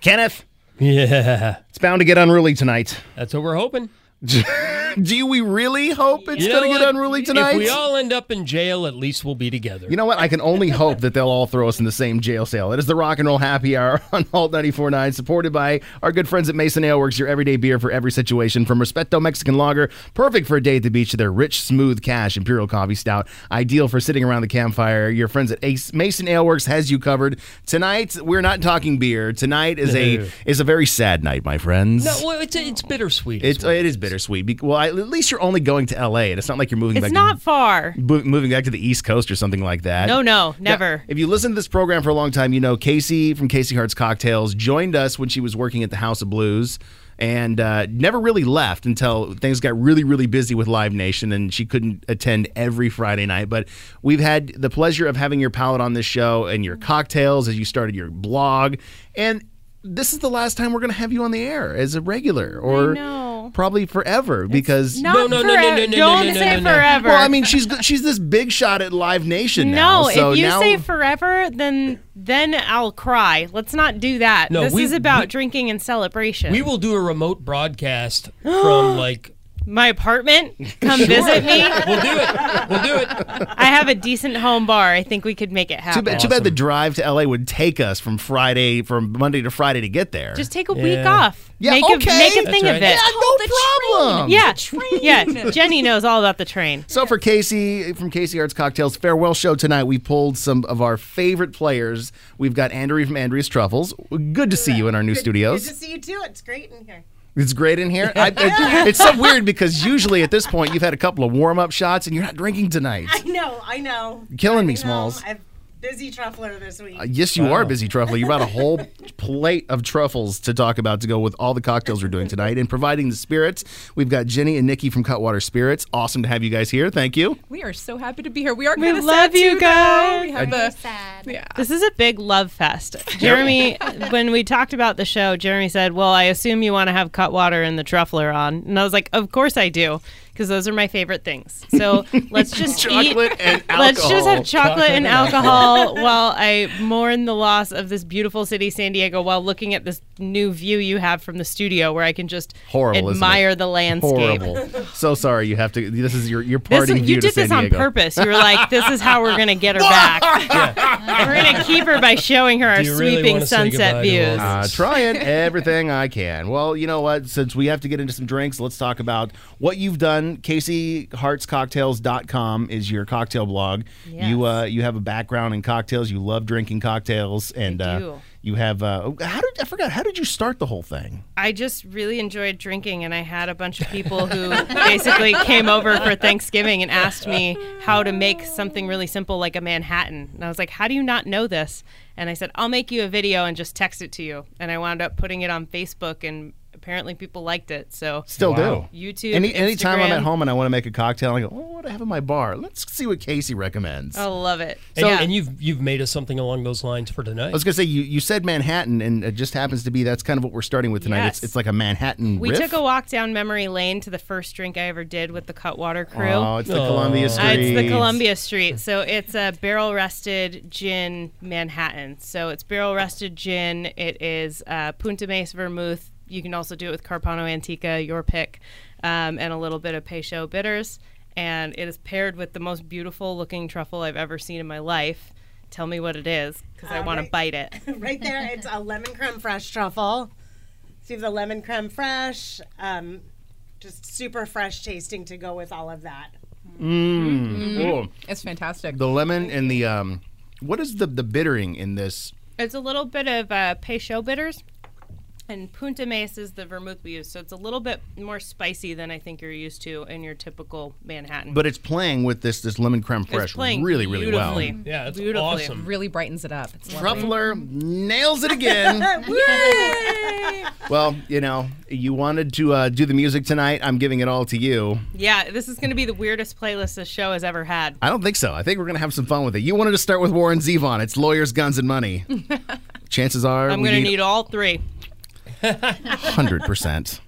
Kenneth, Yeah, it's bound to get unruly tonight. that's what we're hoping. Do we really hope it's You know going to get what? unruly tonight? If we all end up in jail, at least we'll be together. you know what? I can only hope that they'll all throw us in the same jail cell. It is the Rock and Roll Happy Hour on Alt 94.9, supported by our good friends at Mason Ale Works, your everyday beer for every situation. From Respeto Mexican Lager, perfect for a day at the beach, to their rich, smooth cash Imperial Coffee Stout, ideal for sitting around the campfire. Your friends at Ace Mason Ale Works has you covered. Tonight, we're not talking beer. Tonight is a No. is a very sad night, my friends. no, well, it's it's bittersweet. It's it is bittersweet. Be- Well, I, at least you're only going to LA, and it's not like you're moving It's back. not far. to, bo- moving back to the East Coast or something like that. No, no, Yeah, never. if you listen to this program for a long time, you know Casey from Casey Hart's Cocktails joined us when she was working at the House of Blues, and uh, never really left until things got really, really busy with Live Nation, and she couldn't attend every Friday night. But we've had the pleasure of having your palate on this show and your cocktails as you started your blog, and. This is the last time we're going to have you on the air as a regular, or know. probably forever, because Not No, no, no, no, no, forever. no, Don't no, no, say no, no. forever. Well, I mean, she's she's this big shot at Live Nation now. no, so if you now, say forever, then then I'll cry. Let's not do that. No, this we- is about we- drinking and celebration. we will do a remote broadcast from like My apartment, come visit me. we'll do it. We'll do it. I have a decent home bar. I think we could make it too happen. bad, too bad the drive to LA would take us from Friday from Monday to Friday to get there. Just take a week Yeah. off. Yeah, make okay. A, make a That's thing right. of it. yeah, no problem. Yeah, yeah. Jenny knows all about the train. So for Casey from Casey Arts Cocktails farewell show tonight, we pulled some of our favorite players. We've got Andrea from Andrea's Truffles. Good to see you in our new studios. see you too. It's great in here. It's great in here. I, it- it's so weird because usually at this point you've had a couple of warm up shots and you're not drinking tonight. I know, I know. Killing me, I know. Smalls. I'm busy truffler this week. Uh, Yes, you are busy truffle. You brought a whole plate of truffles to talk about to go with all the cocktails we're doing tonight and providing the spirits. We've got Jenny and Nikki from Cutwater Spirits. Awesome to have you guys here. Thank you. We are so happy to be here. We are We kind of love sad you too, though. guys. We have the yeah. This is a big love fest. Jeremy, when we talked about the show, Jeremy said, Well, I assume you want to have Cutwater and the Truffler on. And I was like, Of course I do, because those are my favorite things. So let's just Chocolate eat. and alcohol. Let's just have chocolate, and alcohol while I mourn the loss of this beautiful city, San Diego, while looking at this new view you have from the studio where I can just Horrible, isn't it? admire the landscape. Horrible. so sorry you have to. This is your your This, parting view you to did San this on Diego. purpose. You were like, "This is how we're gonna get her back. We're gonna keep her by showing her our you really sweeping wanna say sunset goodbye to all views." Uh, that? trying everything I can. Well, you know what? Since we have to get into some drinks, let's talk about what you've done. CaseyHeartsCocktails.com is your cocktail blog. You uh, you have a background in cocktails. You love drinking cocktails, and do. Uh, you have. Uh, oh, how did I forgot? How did you start the whole thing? I just really enjoyed drinking, and I had a bunch of people who basically came over for Thanksgiving and asked me how to make something really simple like a Manhattan. And I was like, How do you not know this? And I said, I'll make you a video and just text it to you. And I wound up putting it on Facebook, and apparently people liked it. So Still Wow. do. YouTube, Any anytime I'm Instagram. at home and I want to make a cocktail, I go, oh, what do I have in my bar? Let's see what Casey recommends. I love it. And, yeah. and you've you've made us something along those lines for tonight. I was gonna say you, you said Manhattan, and it just happens to be that's kind of what we're starting with tonight. It's Yes. it's like a Manhattan. we riff. took a walk down memory lane to the first drink I ever did with the Cutwater crew. Oh, it's the Columbia Uh, Street. it's the Columbia Street. So it's a barrel rested gin Manhattan. So it's barrel rested gin. It is uh, Punta Mesa vermouth. You can also do it with Carpano Antica, your pick, um, and a little bit of Peychaud bitters. And it is paired with the most beautiful looking truffle I've ever seen in my life. Tell me what it is because I want to right. bite it. right there, it's a lemon creme fraiche truffle. So you have the lemon creme fraiche, um, just super fresh tasting to go with all of that. Mm-hmm. Ooh, It's fantastic. Mm. the lemon and the um, what is the the bittering in this? It's a little bit of uh, Peychaud bitters. And Punta Mace is the vermouth we use, so it's a little bit more spicy than I think you're used to in your typical Manhattan. But it's playing with this this lemon creme It's fraiche playing really, really well. beautifully. Yeah, that's Beautifully. awesome. Really brightens it up. It's lovely. Truffler nails it again. well, you know, you wanted to uh, do the music tonight. I'm giving it all to you. Yeah, this is going to be the weirdest playlist this show has ever had. I don't think so. I think we're gonna have some fun with it. You wanted to start with Warren Zevon. It's lawyers, guns, and money. Chances are I'm we going to need all three. hundred percent.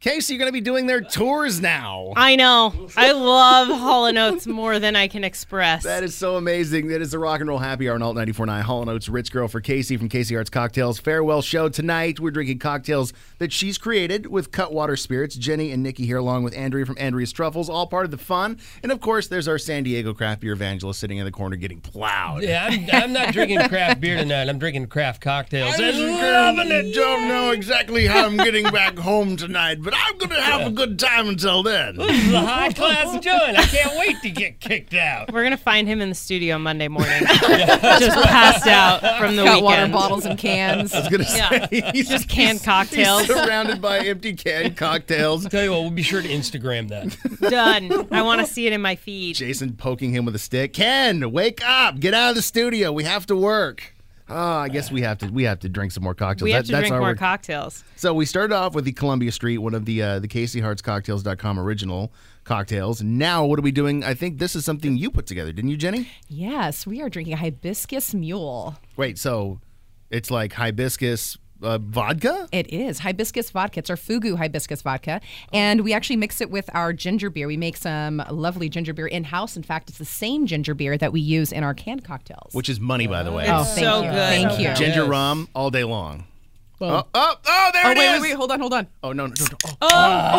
Casey, you're gonna be doing their tours now. I know. I love Hall & Oates more than I can express. That is so amazing. That is the Rock and Roll Happy Hour on Alt 94.9. Hall & Oates, Ritz Girl for Casey from Casey Arts Cocktails. Farewell show tonight. We're drinking cocktails that she's created with Cutwater Spirits. Jenny and Nikki here along with Andrea from Andrea's Truffles. All part of the fun. And, of course, there's our San Diego craft beer evangelist sitting in the corner getting plowed. Yeah, I'm, I'm not drinking craft beer tonight. I'm drinking craft cocktails. And loving it. Don't know exactly how I'm getting back home tonight, but I'm going to have a good time until then. This is a high class joint. I can't wait to get kicked out. We're going to find him in the studio Monday morning. Just passed out from the Got water weekend. bottles and cans. gonna say, he's Just canned cocktails. surrounded by empty canned cocktails. Tell you what, we'll be sure to Instagram that. Done. I want to see it in my feed. Jason poking him with a stick. Ken, wake up! Get out of the studio. We have to work. Oh, I guess we have to. We have to drink some more cocktails. we have That- to that's drink our more work. cocktails. So we started off with the Columbia Street, one of the uh, the CaseyHeartsCocktails.com original cocktails. Now, what are we doing? I think this is something you put together, didn't you, Jenny? Yes, we are drinking hibiscus mule. Wait, so it's like hibiscus uh, vodka. It is hibiscus vodka. It's our fugu hibiscus vodka, and we actually mix it with our ginger beer. We make some lovely ginger beer in house. In fact, it's the same ginger beer that we use in our canned cocktails. Which is money, by the way. oh, so thank you, good. thank you. Ginger Yes. rum all day long. Oh, oh, oh, there Oh it wait, wait, is. wait, hold on, hold on. Oh no, no, no, no. Oh.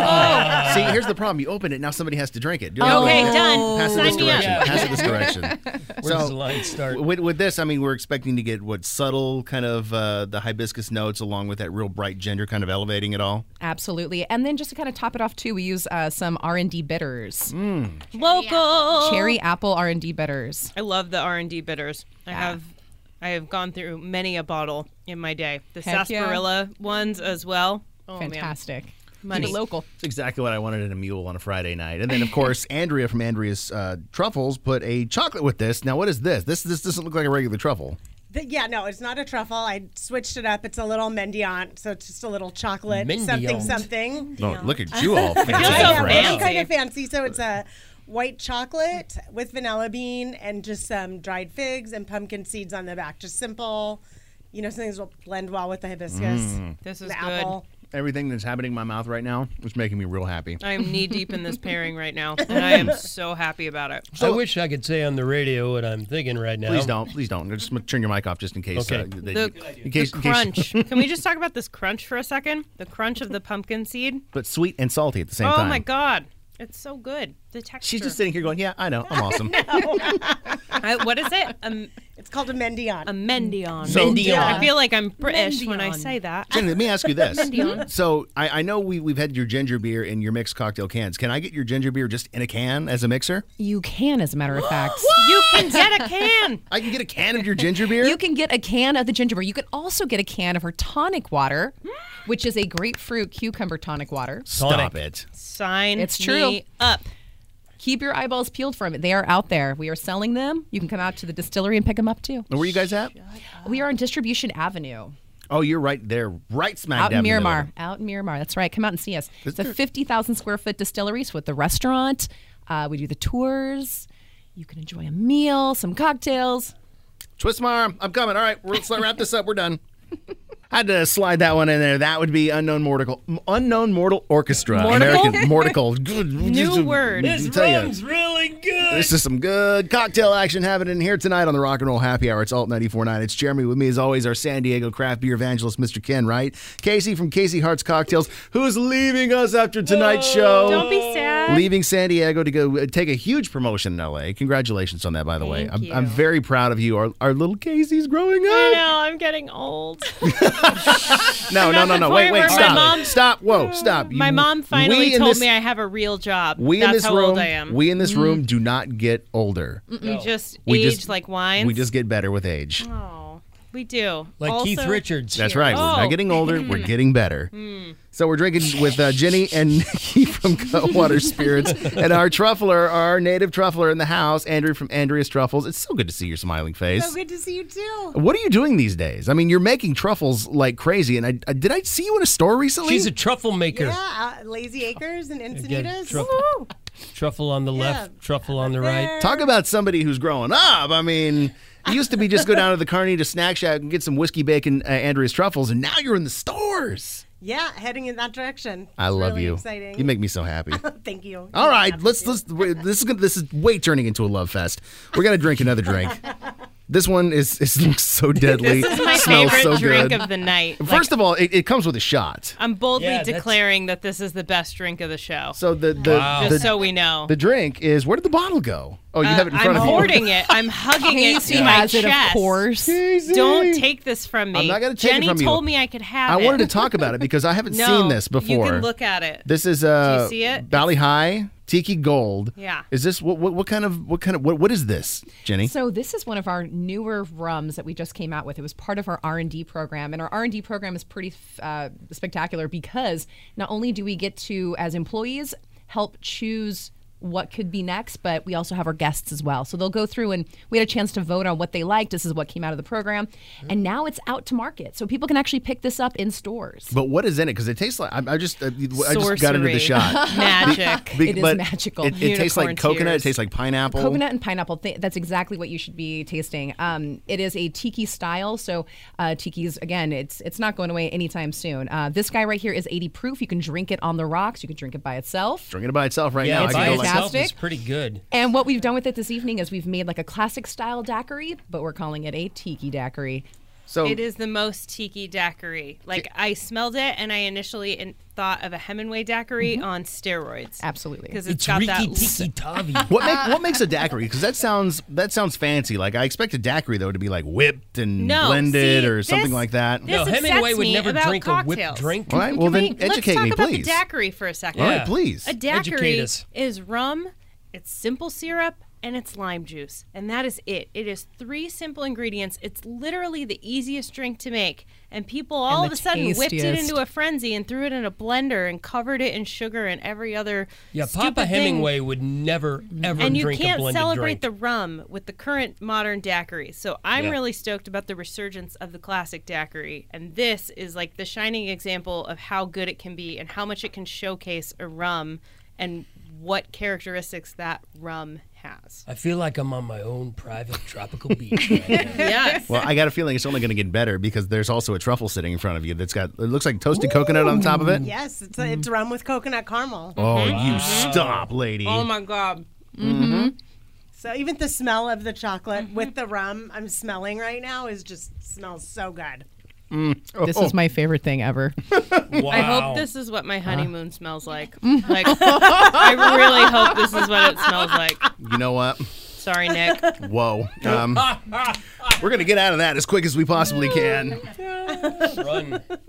See, here's the problem. You open it, now somebody has to drink it. Oh, okay, okay, done. Pass it this Sign me up. direction. Pass it this direction. Where does the line start? With, with this, I mean, we're expecting to get what subtle kind of uh, the hibiscus notes along with that real bright ginger, kind of elevating it all. Absolutely, and then just to kind of top it off too, we use uh, some R and D bitters, Mm. Local. cherry apple R and D bitters. I love the R and D bitters. I have I have gone through many a bottle in my day. The Heck yeah. sarsaparilla ones as well. Oh, man. Fantastic. Money. Keep it local. It's exactly what I wanted in a mule on a Friday night. And then, of course, Andrea from Andrea's uh, Truffles put a chocolate with this. Now, what is this? This this doesn't look like a regular truffle. Th- yeah, no, it's not a truffle. I switched it up. It's a little mendiant, so it's just a little chocolate something Mendiant. something. No, look at you all. fancy so and fresh. fancy. It's kind of fancy. So it's a white chocolate with vanilla bean and just some dried figs and pumpkin seeds on the back. Just simple. You know, some things will blend well with the hibiscus, This is the good. apple. Everything that's happening in my mouth right now is making me real happy. I am knee deep in this pairing right now, and I am so happy about it. I wish I could say on the radio what I'm thinking right now. Please don't. Please don't. Just m- turn your mic off just in case. uh, Okay. they- The, in case, the in case- crunch. Can we just talk about this crunch for a second? The crunch of the pumpkin seed. but sweet and salty at the same oh time. my god, it's so good. The texture. She's just sitting here going, yeah, I know. I'm awesome. I, what is it? A, It's called a mendiant. a mendion. So- Mendion. I feel like I'm British when I Mendion. say that. Jenny, let me ask you this. so I, I know we, we've had your ginger beer in your mixed cocktail cans. Can I get your ginger beer just in a can as a mixer? You can, as a matter of fact. You can get a can. I can get a can of your ginger beer? You can get a can of the ginger beer. You can also get a can of her tonic water, which is a grapefruit cucumber tonic water. Stop it. Sign It's me true. up. Keep your eyeballs peeled from it. They are out there. We are selling them. You can come out to the distillery and pick them up too. And where you guys at? We are on Distribution Avenue Oh, you're right there, right smack out dab in the middle. Miramar. Out in Miramar. That's right. Come out and see us. It's a 50,000 square foot distillery so with the restaurant. Uh, we do the tours. You can enjoy a meal, some cocktails. Twist my arm. I'm coming. All right, we're- let's wrap this up. We're done. Had to slide that one in there. That would be unknown mortal, unknown mortal orchestra. Mortical? American mortal. Good. Just- word. let me This tell ya. rum's really good. This is some good cocktail action happening here tonight on the Rock and Roll Happy Hour. It's Alt 94.9. It's Jeremy with me, as always, our San Diego craft beer evangelist, Mr. Ken Wright. Casey from Casey Hearts Cocktails, who's leaving us after tonight's show. Don't be sad. Leaving San Diego to go uh, take a huge promotion in LA. Congratulations on that, by the way. Thank I'm, you. I'm very proud of you. Our, our little Casey's growing I up. know, I'm getting old. No, no, no, Not no. before Wait, you wait. were my Stop. mom. Stop. Whoa, stop. My You- mom finally we in told this- me I have a real job. We That's in this how room, old I am. Mm. we in this room do not get older. We just We age just- like wines. We just get better with age. Oh. We do. Like Also- Keith Richards. That's right. We're not Oh. Mm. getting older. We're getting better. So we're drinking with uh, Jenny and Nikki from Cutwater Spirits, and our truffler, our native truffler in the house, Andrew from Andrea's Truffles. It's so good to see your smiling face. So good to see you too. what are you doing these days? I mean, you're making truffles like crazy. And I, I did I see you in a store recently? She's a truffle maker. Yeah, uh, Lazy Acres and Again, Encinitas. truffle, truffle on the left, truffle on the right. Talk about somebody who's growing up. I mean, it used to be just go down to the Carnita snack shack and get some whiskey bacon, uh, Andrea's Truffles, and now you're in the stores. Yeah, heading in that direction. I It's love really you. Exciting. You make me so happy. Thank you. All right, let's let's. wait, This is gonna, this is way turning into a love fest. We're gonna drink another drink. This one is is looks so deadly. This is my smells favorite so drink good. of the night. Like, First of all, it, it comes with a shot. I'm boldly Yeah, that's- declaring that this is the best drink of the show. So the the Wow. the, just so we know. the drink is where did the bottle go? Oh, you have it in front Uh, I'm of you. hoarding it. I'm hugging it Casey to my has it, chest. of course. Don't take this from me. I'm not gonna take it Jenny from you. told me I could have I it. wanted to talk about it because I haven't no, seen this before. You can look at it. This is uh Do you see it? Valley High Tiki Gold. Yeah. Is this what what, what kind of what kind of what what is this, Jenny? So this is one of our newer rums that we just came out with. It was part of our R and D program, and our R and D program is pretty uh, spectacular because not only do we get to, as employees, help choose what could be next, but we also have our guests as well. So they'll go through, and we had a chance to vote on what they liked. This is what came out of the program, and now it's out to market, so people can actually pick this up in stores. but what is in it? Because it tastes like I, I just I, I just got into the Sorcery. shot. Magic. Be- It is but magical. It, it tastes like Unicorn coconut. tears. It tastes like pineapple. Coconut and pineapple. Th- that's exactly what you should be tasting. Um, it is a tiki style, so uh, tiki's again, it's it's not going away anytime soon. Uh, this guy right here is 80 proof. You can drink it on the rocks. You can drink it by itself. Drinking it by itself right Yeah, now. by I can go itself fantastic. is pretty good. And what we've done with it this evening is we've made like a classic style daiquiri, but we're calling it a tiki daiquiri. like, so It is the most tiki daiquiri. Like I smelled it and I initially in- thought of a Hemingway daiquiri Mm-hmm. on steroids. Absolutely. Because It's got Riki that Tiki Tavi. What, uh, make, what makes a daiquiri? Because that sounds that sounds fancy. Like I expect a daiquiri though to be like whipped and No, blended see, or something this- like that. this- No, upsets Hemingway would me never about drink a whipped cocktails. drink. All right. Well Can then, we- educate let's talk me, about please. the daiquiri for a second. All Yeah. right, please. A daiquiri us. is rum, it's simple syrup, and it's lime juice. And that is it. It is three simple ingredients. It's literally the easiest drink to make. And people all the of a sudden whipped it tastiest. into a frenzy and threw it in a blender and covered it in sugar and every other Yeah, stupid Papa thing. Hemingway would never ever And you drink a can't blended celebrate drink. the rum with the current modern daiquiri. So I'm Yeah. really stoked about the resurgence of the classic daiquiri. And this is like the shining example of how good it can be and how much it can showcase a rum and what characteristics that rum has. I feel like I'm on my own private tropical beach. Right now. Yes. Well, I got a feeling it's only going to get better because there's also a truffle sitting in front of you that's got it looks like toasted coconut on top of it. Yes, it's, it's rum with coconut caramel. Mm-hmm. Oh, you stop, lady. oh my God. So even the smell of the chocolate Mm-hmm. with the rum I'm smelling right now is just smells so good. This Oh. is my favorite thing ever. Wow. I hope this is what my honeymoon smells like. Like, I really hope this is what it smells like. You know what? Sorry, Nick. Whoa. Um, we're going to get out of that as quick as we possibly can. Run. I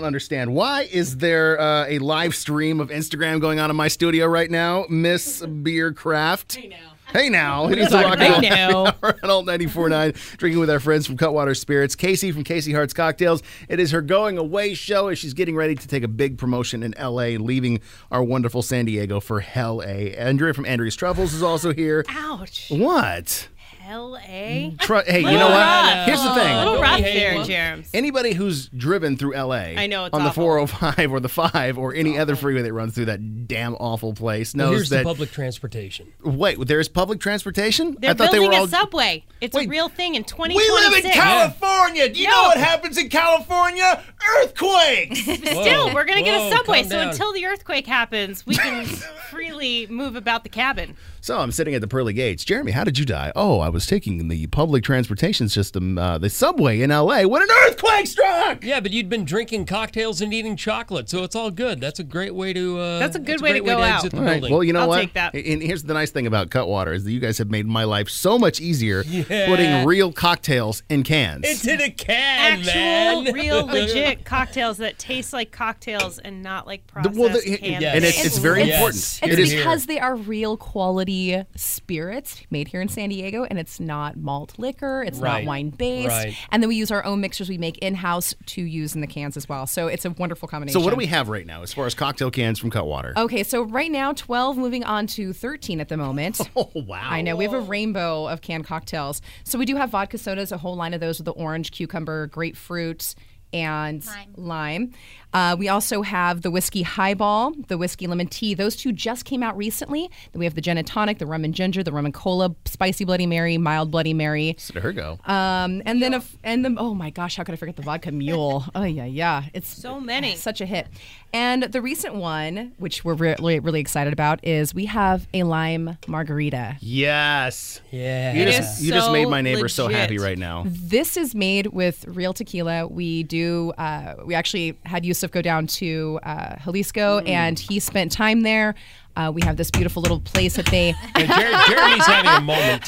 don't understand. Why is there uh, a live stream of Instagram going on in my studio right now, Miss Beercraft? Hey now. Hey now. It is the Rock and Roll Hey now. Happy Hour at Alt 94.9, drinking with our friends from Cutwater Spirits. Casey from Casey Hart's Cocktails. It is her going away show as she's getting ready to take a big promotion in L.A., leaving our wonderful San Diego for Hell A. Andrea from Andrea's Truffles is also here. Ah. Ouch. What? Hell A. Tru- hey, you know what? rough. Here's the thing. Little rough behave, there, huh? Jerms. Anybody who's driven through LA I know, it's on the awful. 405 or the 5 or any other freeway that runs through that damn awful place knows Here's the that public transportation. wait, there's public transportation? They're I thought they building were all a subway. It's Wait. a real thing in 2026. We live in California. Do you know No. what happens in California? Earthquakes. Still, we're gonna get Whoa, a subway. calm So down. until the earthquake happens, we can freely move about the cabin. so I'm sitting at the pearly gates. Jeremy, how did you die? Oh, I was taking the public transportation system, uh, the subway in LA when an earthquake struck. Yeah, but you'd been drinking cocktails and eating chocolate, so it's all good. That's a great way to. Uh, That's a good that's way to great go out. exit the All right. building. Well, you know I'll what? take that. And here's the nice thing about Cutwater is that you guys have made my life so much easier putting real cocktails in cans. Into the can, Actual, man. real, legit want cocktails that taste like cocktails and not like The- processed well, the- canned. Yes. and it's, it's very Yes. important. Yes. It's It is because here. they are real quality spirits made here in San Diego, and it's not malt liquor. It's Right. not wine based. Right. And then we use our own mixers we make in house to use in the cans as well. So it's a wonderful combination. So what do we have right now as far as cocktail cans from Cutwater? Oh, Okay, so right now, 12 moving on to 13 at the moment. Oh wow! I know. We have a rainbow of canned cocktails. So we do have vodka sodas, a whole line of those with the orange, cucumber, grapefruit, and lime. Uh, we also have the whiskey highball, the whiskey lemon tea. Those two just came out recently. Then we have the gin and tonic, the rum and ginger, the rum and cola, spicy Bloody Mary, mild Bloody Mary. So there we go. uh, Um, and then, if, and the, oh my gosh, how could I forget the vodka mule? Oh, yeah, yeah. It's So many. such a hit. And the recent one, which we're really, really excited about, is we have a lime margarita. yes. Yeah. You It just, is you just made so my neighbor so legit. happy right now. This is made with real tequila. We do. Uh, we actually had Yusuf go down to uh, Jalisco, and he spent time there. Uh, we have this beautiful little place that they. And Jer- Jeremy's having a moment.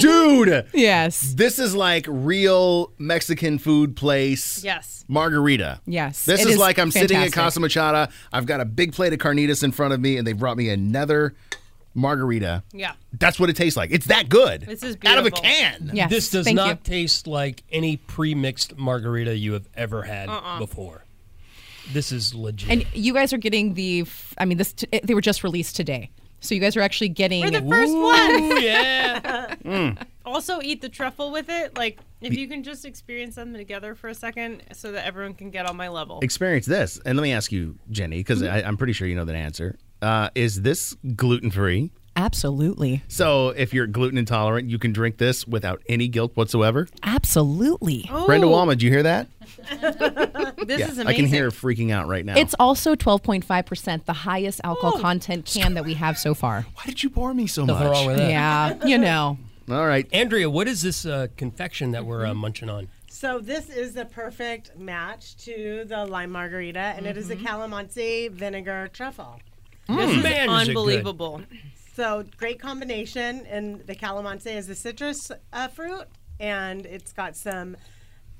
Dude, yes. this is like real Mexican food place. Yes. Margarita. Yes, This it is is like I'm sitting at Casa fantastic. Machada. I've got a big plate of carnitas in front of me, and they brought me another margarita. Yeah. That's what it tastes like. It's that good. This is Out of a beautiful. can. Yes. This does Thank not you. taste like any pre-mixed margarita you have ever had before. This is legit. And you guys are getting the. f- I mean, this t- it- they were just released today, so you guys are actually getting. We're the first one. Ooh, yeah. Also, eat the truffle with it. Like, if you can just experience them together for a second so that everyone can get on my level. Experience this. And let me ask you, Jenny, because Mm-hmm. I'm pretty sure you know that answer. Uh, is this gluten free? Absolutely, So if you're gluten intolerant, you can drink this without any guilt whatsoever. absolutely. Oh. Brenda Wallman, did you hear that? Oh. This is amazing. I can hear her freaking out right now. It's also 12.5%, the highest Oh. alcohol content can that we have so far. Why did you bore me so Nothing wrong with that. Yeah, you know. All right. Andrea, what is this uh, confection that we're uh, munching on? So this is the perfect match to the lime margarita, and it is Mm-hmm. a calamansi vinegar truffle. This Man, is it good. Unbelievable. So great combination, and the calamansi is the citrus uh, fruit, and it's got some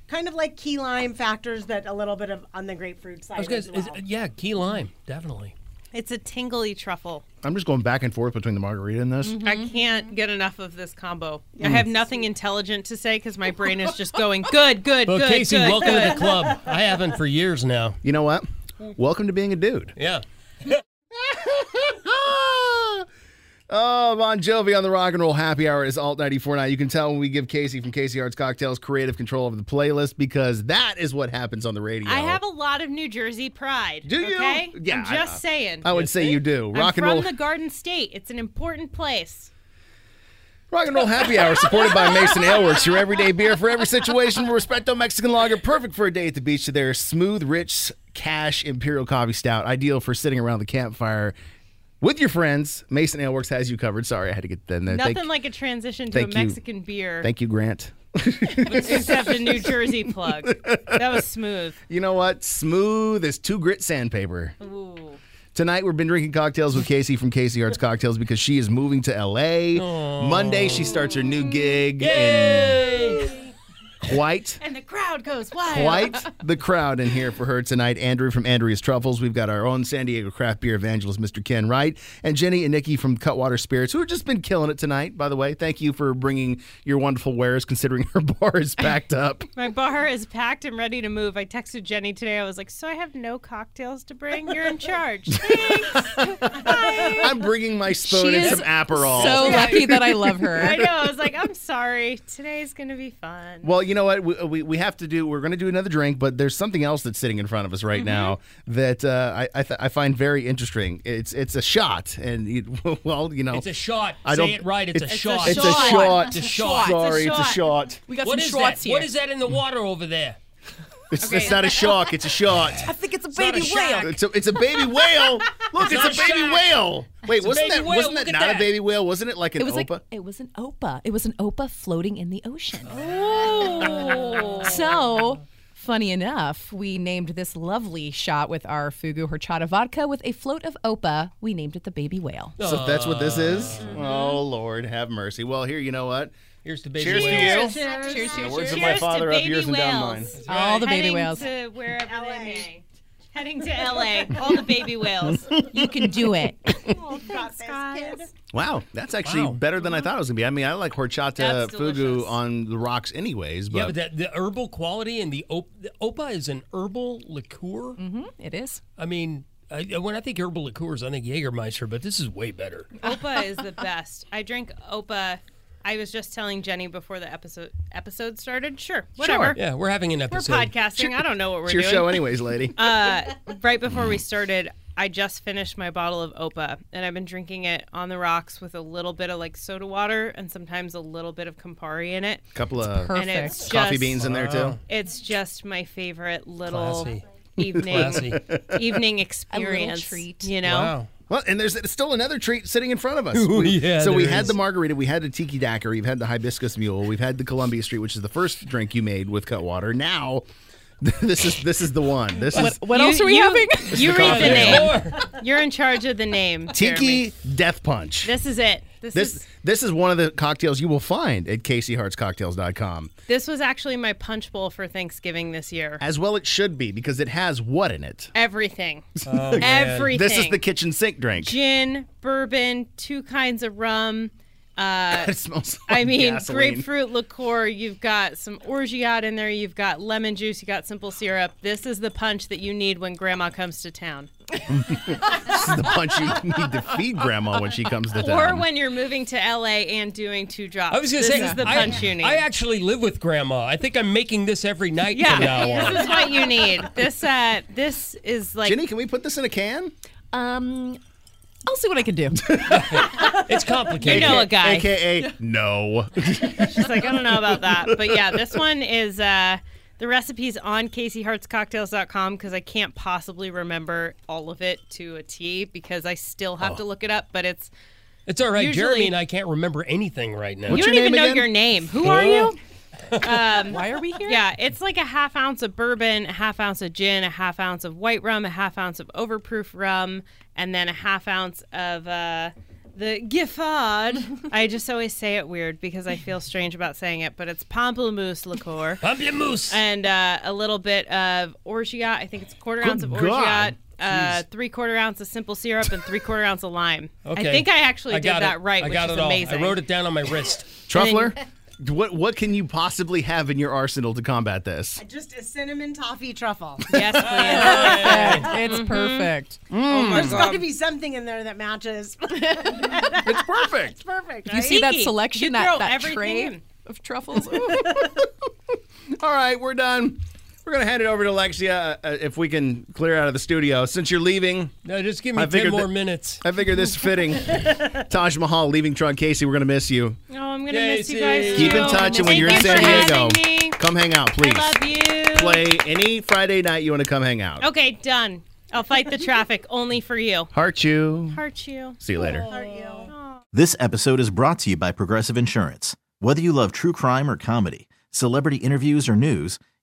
kind of like key lime factors, but a little bit of on the grapefruit side I was gonna, as well. is, yeah, key lime, definitely. It's a tingly truffle. I'm just going back and forth between the margarita and this. I can't get enough of this combo. Mm. I have nothing intelligent to say because my brain is just going good, good, Well, good, Casey, good, welcome to good. the club. I haven't for years now. You know what? Welcome to being a dude. Yeah. Oh, Bon Jovi on the Rock and Roll Happy Hour is Alt 94 now. You can tell when we give Casey from Casey Arts Cocktails creative control over the playlist because that is what happens on the radio. I have a lot of New Jersey pride. Do you? Okay? Yeah, I'm I- just saying. I would say you do. I'm Rock from and roll the Garden State. It's an important place. Rock and Roll Happy Hour, supported by Mason Aleworks, your everyday beer for every situation. Respecto Mexican lager, perfect for a day at the beach to their smooth, rich, cash imperial coffee stout, ideal for sitting around the campfire with your friends. Mason Aleworks has you covered. Sorry, I had to get that in there. Nothing thank, like a transition to a thank you. Mexican beer thank you, Grant. except a New Jersey plug. That was smooth. You know what? Smooth as two grit sandpaper. Ooh. Tonight we've been drinking cocktails with Casey from Casey Arts Cocktails because she is moving to LA. Monday she starts her new gig in White. And the crowd goes wild. quite the crowd in here for her tonight. Andrew from Andrea's Truffles. We've got our own San Diego craft beer evangelist, Mr. Ken Wright, and Jenny and Nikki from Cutwater Spirits, who have just been killing it tonight, by the way. Thank you for bringing your wonderful wares, considering her bar is packed up. My bar is packed and ready to move. I texted Jenny today. I was like, "So I have no cocktails to bring. You're in charge." Thanks. I'm bringing my spoon She and is some Aperol. So lucky that I love her. I know. I was like, "I'm sorry. Today's gonna be fun." well, you know what? We, we, we have to do, we're going to do another drink, but there's something else that's sitting in front of us right Mm-hmm. now that uh, I, I, th- I find very interesting. It's it's a shot, and, you, well, you know. It's a shot. I don't- Say it right. It's, a shot. It's a shot. It's a shot. Sorry, it's a shot. shot. We got What some is shots that? here. What is that in the water over there? It's, it's not a shock. It's a shot. I think it's a not baby a whale. shark. It's a, it's a baby whale. Look, it's, not a baby shark. whale. Wait, a wasn't baby that whale. wasn't Look that at not a that. baby whale? Wasn't it like an It was opa? like it was an opa. It was an opa floating in the ocean. Oh. So, funny enough, we named this lovely shot with our fugu horchata vodka with a float of opa. We named it the baby whale. so that's what this is. Oh Lord, have mercy. Well, here you know what. Here's the baby. Cheers to whales. you. Cheers. Cheers. The words of my Cheers to father up baby yours and down whales. mine. All the baby Heading whales. to wherever they may. Heading to LA. All the baby whales. You can do it. Oh, thanks, guys. Wow, that's actually Wow. better than I thought it was gonna be. I mean, I like horchata That's fugu delicious. on the rocks, anyways. But Yeah, but that, the herbal quality and the, op- the opa is an herbal liqueur. Mm-hmm. it is. I mean, I, when I think herbal liqueurs, I think Jägermeister, but this is way better. Opa is the best. I drink Opa. I was just telling Jenny before the episode episode started. Sure, whatever. Yeah, we're having an We're episode. podcasting. I don't know what we're it's your doing. show, anyways, lady. uh, right before we started, I just finished my bottle of Opa, and I've been drinking it on the rocks with a little bit of like soda water and sometimes a little bit of Campari in it. couple of Perfect. And it's coffee just, beans in there too. It's just my favorite little Classy. evening Classy. evening experience. treat. you know. Wow. Well, and there's still another treat sitting in front of us. Ooh, We- yeah, so we there had is. the margarita, we had the tiki daiquiri, we've had the hibiscus mule, we've had the Columbia Street, which is the first drink you made with Cutwater. Now, this is this is the one. This is What You- else are we you- having? You read the Coffee. name. More. You're in charge of the name. Jeremy. tiki death punch. This is it. This, This is this is one of the cocktails you will find at CaseyHeartsCocktails.com. this was actually my punch bowl for Thanksgiving this year. As well, it should be because it has what in it? Everything. Everything. This is the kitchen sink drink. gin, bourbon, two kinds of rum. Uh, it smells. Like I mean, Mm, gasoline. grapefruit liqueur. You've got some orgeat in there. You've got lemon juice. You got simple syrup. This is the punch that you need when grandma comes to town, This is the punch you need to feed grandma when she comes to town. or when you're moving to LA and doing two drops. I was going to this say, is the I- punch you need. I actually live with grandma. I think I'm making this every night from now yeah, on. this is what you need. This uh, this is like Jenny, can we put this in a can? Um, I'll see what I can do. It's complicated. You know a guy. AKA no. She's like, I don't know about that. But yeah, this one is uh, the recipe's on CaseyHeartsCocktails.com because I can't possibly remember all of it to a T because I still have to look it up. But it's It's all right. Usually- Jeremy and I can't remember anything right now. you your don't even name know again? your name. Who are you? Um, Why are we here? Yeah, it's like a half ounce of bourbon, a half ounce of gin, a half ounce of white rum, a half ounce of overproof rum, and then a half ounce of uh, the Giffard. I just always say it weird because I feel strange about saying it, but it's pamplemousse liqueur. Pamplemousse. and uh, a little bit of orgeat. I think it's a quarter ounce of God. orgeat, uh, three quarter ounce of simple syrup, and three quarter ounce of lime. Okay. I think I actually did got that it. right, I which got is it all. amazing. I wrote it down on my wrist. Truffler, what what can you possibly have in your arsenal to combat this? Just a cinnamon toffee truffle. Yes, please. It's Mm-hmm. perfect. There's got to be something in there that matches. It's perfect. Perfect. You see that Tiki. selection, You that, throw that everything tray in. of truffles? All right, we're done. We're gonna hand it over to Alexia uh, if we can clear out of the studio. Since you're leaving, No, just give me I ten figured more that- minutes. I figure this is fitting. Taj Mahal leaving Tron Casey. We're gonna miss you. Oh, I'm gonna miss you Casey. guys. Keep in too. touch, and when Thank you're in you San for Diego, having me. come hang out, please. love you. Play any Friday night you want to come hang out. Okay, done. I'll fight the traffic only for you. Heart you. Heart you. See you later. This episode is brought to you by Progressive Insurance. Whether you love true crime or comedy, celebrity interviews or news,